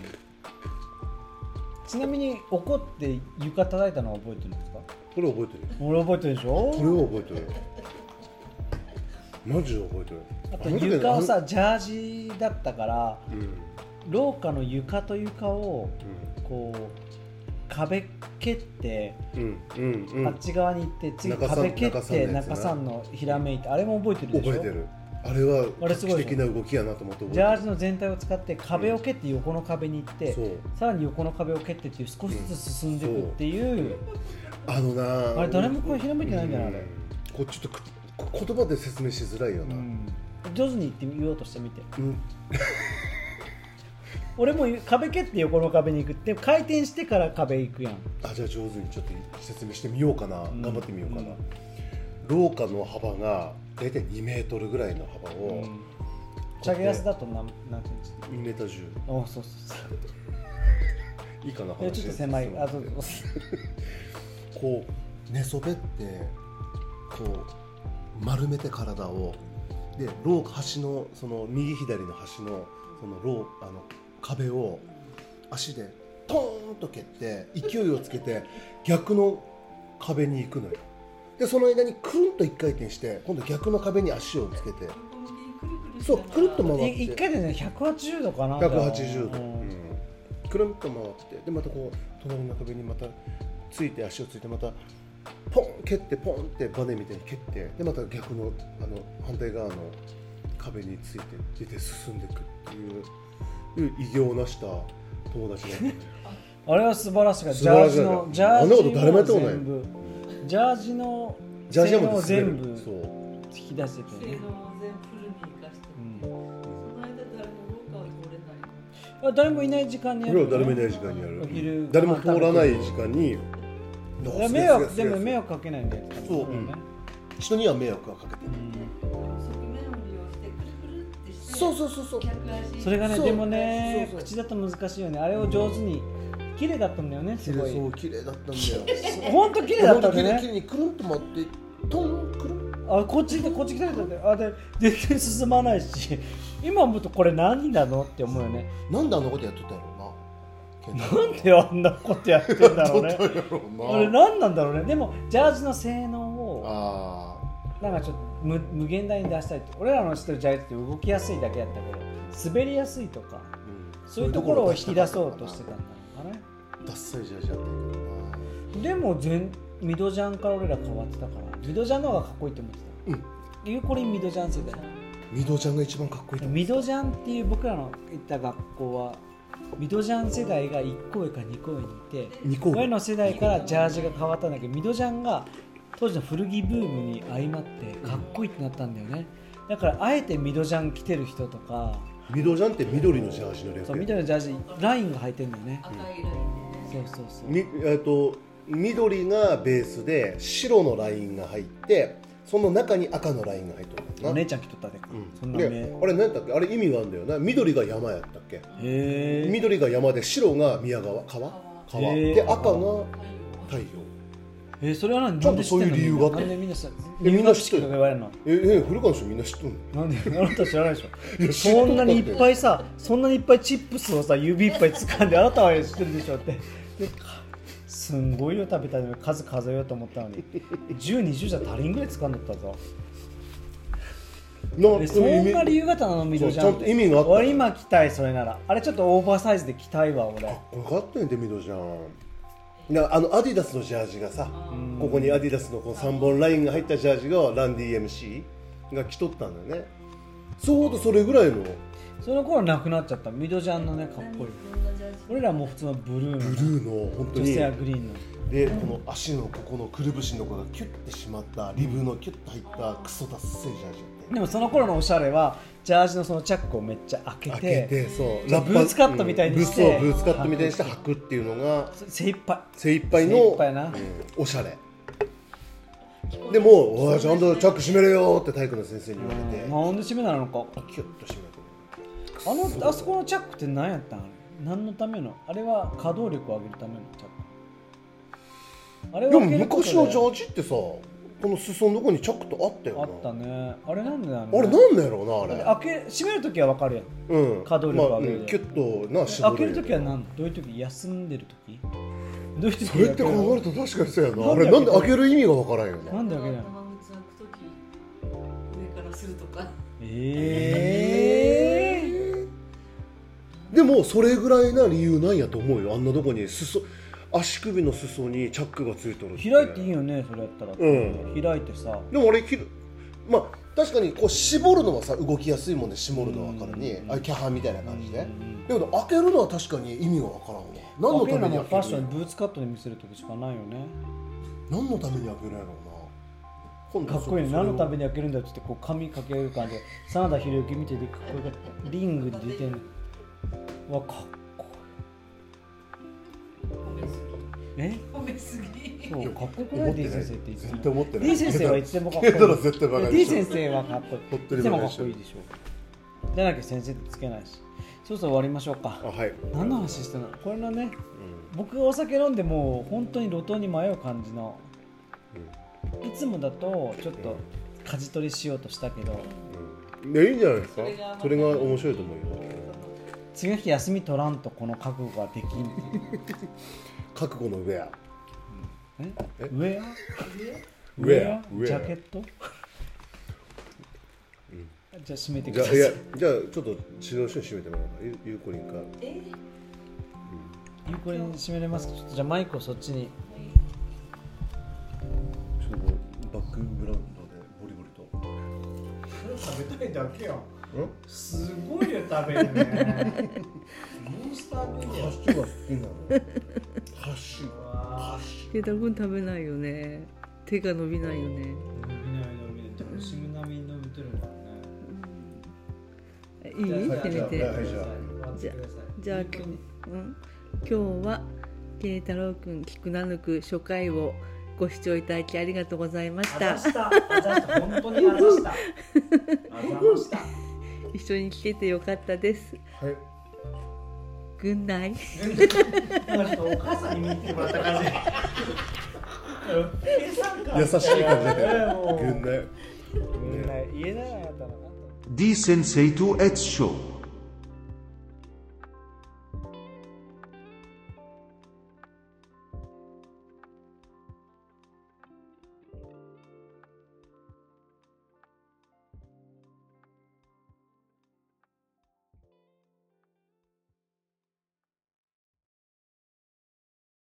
E: ちなみに怒って床叩いたのは覚えてるんですか
D: これ覚えてる
E: 俺覚えてるでしょ
D: これは覚えてるマジで覚えてる
E: あ
D: あ
E: と
D: の時
E: 床を
D: あ
E: さジャージだったから
D: のうんうん
E: 廊下の床と床をこう壁蹴って、
D: うんうんうん
E: あっち側に行って次
D: 中さん
E: 壁蹴っ
D: 中さんの
E: て
D: やつな
E: 中さんのひらめいてあれも覚えてるでしょ
D: 覚えてるあれは
E: あれすご
D: 画
E: い
D: 期的な動きやなと思って覚えてる
E: ジャージの全体を使って壁を蹴って横の壁に行って、
D: そう
E: さらに横の壁を蹴ってっていう少しずつ進んでいくっていう、
D: あのな
E: あれ誰もこれひらめいてないんじゃないあれ
D: うこうちょっとくこ言葉で説明しづらいよな、うん
E: うん上手に言ってみようとしてみて俺も壁蹴って横の壁に行くって回転してから壁行くやん
D: あじゃあ上手にちょっと説明してみようかな、
E: ん
D: 頑張ってみようかな、
E: うん
D: 廊下の幅が大体2メートルぐらいの幅
E: う
D: を、
E: んチャゲアスだと何何センチ
D: 2メーター10
E: あそうそうそう
D: いいかな話
E: いやちょっと狭いあ
D: そ
E: そうう
D: こう寝そべってこう丸めて体をで廊橋のその右左の端のその廊あの壁を足でトーンと蹴って勢いをつけて逆の壁に行くのよでその間にくるんと一回転して今度逆の壁に足をつけてそうくるっと
C: も
D: 回って
E: 1回でね180度かな
D: 180度、
E: う
D: うん
E: ん
D: くるんと回ってでまたこう隣の壁にまたついて足をついてまたポン蹴ってポンってバネみたいに蹴ってでまた逆のあの反対側の壁について出て進んでいくっていういう偉業を成した友達なんだ よね
E: あれは素晴らしかった
D: 素
E: ジ
D: 晴
E: ャ
D: ら
E: ー
D: し
E: ジ
D: か
E: の
D: った
E: ジャ
D: あんなこと誰も
E: ー
D: やっ
E: ジ
D: たこ
E: も
D: とない
E: 全部ジャージの
D: ジャージャ
E: 性能を
D: ムで進める
E: 全部
D: そう
E: 引き出しててね
C: 性能を全部フルに生かして
E: うん
C: その間誰も廊下は通れない
E: あ誰もいない時間に
D: こ
E: や
D: れ
E: る
D: は誰もいない時間にやる
E: お昼
D: 誰も通らない時間に
E: いや迷惑でも迷惑かけないんだよ
D: そううん人には迷惑はかけてない
C: 側面を利用してくるくるってして
D: そうそうそうそう
C: 客足
E: それがね
D: そう
E: でもね
D: そうそう
E: 口だと難しいよねあれを上手に綺麗だったんだよねす
D: 綺
E: ご
D: 麗そう
E: い
D: 綺麗だったん だよ
E: 本当綺麗だったんだよ
D: 綺
E: ね
D: 麗にくるんと回ってトンくるん
E: あこっちでこっち来たりだってあで全然進まないし今思うとこれ何なのって思うよね
D: なんであんなことやっとったやろうな
E: なんであんなことやってん だろうね
D: やっとったやろうな
E: あれ何なんだろうねでもジャージの性能を
D: あ
E: なんかちょっと無無限大に出したいって俺らの知ってるジャージって動きやすいだけだったけど滑りやすいとか
D: ー、うん
E: そういうところを引き出そうとしてたんだろうかね
D: ダッサいジャージやったんやけどな
E: でも全ミドジャンから俺ら変わってたからミドジャンの方がかっこいいと思ってた
D: うん
E: ゆうこりんミドジャン世代
D: ミドちゃんが一番かっこいいと思う
E: ミドジャンっていう僕らの行った学校はミドジャン世代が1校上か2校上にいて
D: 二個
E: 俺の世代からジャージが変わったんだけどミドジャンが当時の古着ブームに相まってかっこいいってなったんだよねだからあえてミドジャン着てる人とか
D: ミドちゃんって緑のジャージの略
E: そう緑のジャージラインが履いてんだよね
C: 赤いラインでね
E: そうそうそう
D: みえっと緑がベースで白のラインが入ってその中に赤のラインが入ってるんだ
E: お
D: よな
E: 姉ちゃん着とったで、そんな
D: で
E: ね
D: あれ何だっけあれ意味があるんだよな緑が山やったっけ
E: へえ
D: 緑が山で白が宮川川川、
E: へー
D: で赤が
C: 太陽
D: 太陽
E: えーそれは何
D: ちゃんとそういう理由があって
E: なんでみんな知ってんの
D: えみんな知って
E: 入学式
D: る
E: とか言われるの
D: ええ古川の人みんな知っとんの
E: なんであなた知らないでし
D: いや
E: ょ
D: 知っと
E: そ
D: った
E: んなにいっぱ
D: っ
E: いさそんなにいっぱいチップスをさ指いっぱい掴んであなたは知ってるでしょってでかすんごいよ食べたのに数数えようと思ったのに1020じゃ足りんぐらい掴んどったぞ
D: てな
E: で
D: そ
E: そ
D: の意
E: ん
D: 味
E: な理由があったの緑じゃん
D: そうちゃんと意味があった
E: 俺今着たいそれならあれちょっとオーバーサイズで着たいわ俺
D: これかったよねミドじゃんなあのアディダスのジャージがさここにアディダスのこの3本ラインが入ったジャージがランディ MC が着とったんだよねそうとそれぐらいの
E: その頃なくなっちゃった緑ジャンのねかっこいい
C: いろんなジャージ
E: 俺らもう普通のブルーの
D: ブルーの本当
E: 女
D: に
E: 性はグリーンの
D: でこの足のここのくるぶしのところがキュッてしまったリブのキュッと入ったクソダッセージャージだったよ
E: でもその頃のおしゃれはジャージのそのチャックをめっちゃ開けて
D: 開けてそう
E: ちょっとブーツカットみたいにして
D: うんブーツそうブーツカットみたいにして履くっていうのが
E: 精一杯
D: 精一杯の
E: 精一杯な
D: うんおしゃれでも「おいちゃんとチャック閉めれよ」って体育の先生に言われて
E: うんなんで閉めなのか
D: キュッと閉め
E: あ
D: て
E: のあそこのチャックって何やったんあれ何のためのあれは可動力を上げるためのチャックあれ
D: で
E: は
D: も昔のジャージってさこの裾のとこにチャックとあったよ
E: あ
D: な
E: ったねあれなんでなの
D: あれなんだやろうなあれ
E: 開け閉める時は分かるやん
D: うん
E: 可動力
D: まあう
E: 上げる
D: ん、キュッとな絞
E: 開ける
D: と
E: 時は何どういう時休んでる時どういう時
D: それって考える
E: と
D: と確かにそうやな
E: な
D: あ
E: んで
D: れなんで開ける意味がわからんよ
E: な
D: なん
E: で開けない
C: 長靴履くとき上からするとか
E: ええ
D: でもそれぐらいな理由なんやと思うよあんなとこに裾足首の裾にチャックがついとるっ
E: 開いていいよねそれやったら、
D: う
E: 開いてさ
D: でも俺切るまあ確かにこう絞るのはさ動きやすいもんで絞るのは分かるに
E: うん
D: あれキャハンみたいな感じで
E: うん
D: でも開けるのは確かに意味が分からんわ何の
E: 開け
D: た
E: る
D: め
E: の
D: に
E: も
D: 開
E: ファッ
D: け
E: ショ
D: る
E: ン
D: の
E: ブーツカットで見せる時しかないよね
D: 何のために開けるんやろうな今度
E: かっこいいね
D: それを
E: 何のために開けるんだよって言ってこう髪かける感じで真田広之見ててかっこよかったリングに出てんのうわかっこ
C: 褒めす
E: いいえ
C: ぎ褒めすぎ
E: そうかっこよくない
D: 思って
E: D
D: ない
E: 先生っていつ
D: 絶
E: も
D: 対思ってない
E: D 先生はいつでもかっこ
D: 言ったら
E: い
D: 絶対バカ
E: い
D: で
E: D
D: しょ
E: 先生はかっこい
D: 本当
E: いい
D: に
E: つ
D: バ
E: も
D: カ
E: か
D: で
E: っ
D: し
E: こ
D: ょ
E: いいでしょじゃなきゃ先生ってつけないしそろそろ終わりましょうか
D: あはい、
E: 何の話してんのこれのね僕がお酒飲んでもう本当に路頭に迷う感じのいつもだとちょっと舵取りしようとしたけど
D: うんうん、いやいいんじゃないですか
C: それがまた
D: それが面白いと思うよ
E: 次の日休み取らんとこの覚悟ができんっていう
D: 覚悟のウェア
E: えウェア
D: ウェアウェア
E: ジャケットじゃあ閉めてく
D: じ
E: だ
D: ゃあ
E: さい
D: いやじゃあちょっと指導書に締めてもらおうかゆゆうこりんか
C: え
E: 有効に閉めれますかちょっとじゃあマイクをそっちに
D: ちょっとバックグラウンドでボリボリと
G: 食べたいだけやん
D: うん
G: すごいよ食べるねモンスター軍団
D: ハッシュが好きなのハッシュ
G: わあ
H: ケイタロウ君食べないよね手が伸びないよね
E: 伸びない伸びないでもしむなみに伸びてるからね
H: いい見てみ
D: じゃあ
H: て
D: はいじゃあ
H: じゃじゃあ、きうん、今日は慶太郎くん菊名ぬく初回をご視聴いただきありがとうございまし
G: あ
H: た
G: ざしたあざした本当にあざしたあざました
H: 一緒に来ててよかったです
D: はい
H: ぐんない
G: なんかちょっとお母さんに見てもらった感じ計算か
D: 優しい感じだったよ
G: もう
D: ね
E: 言えない言えなかったのかな
B: Di Sensei 2 Eds Show.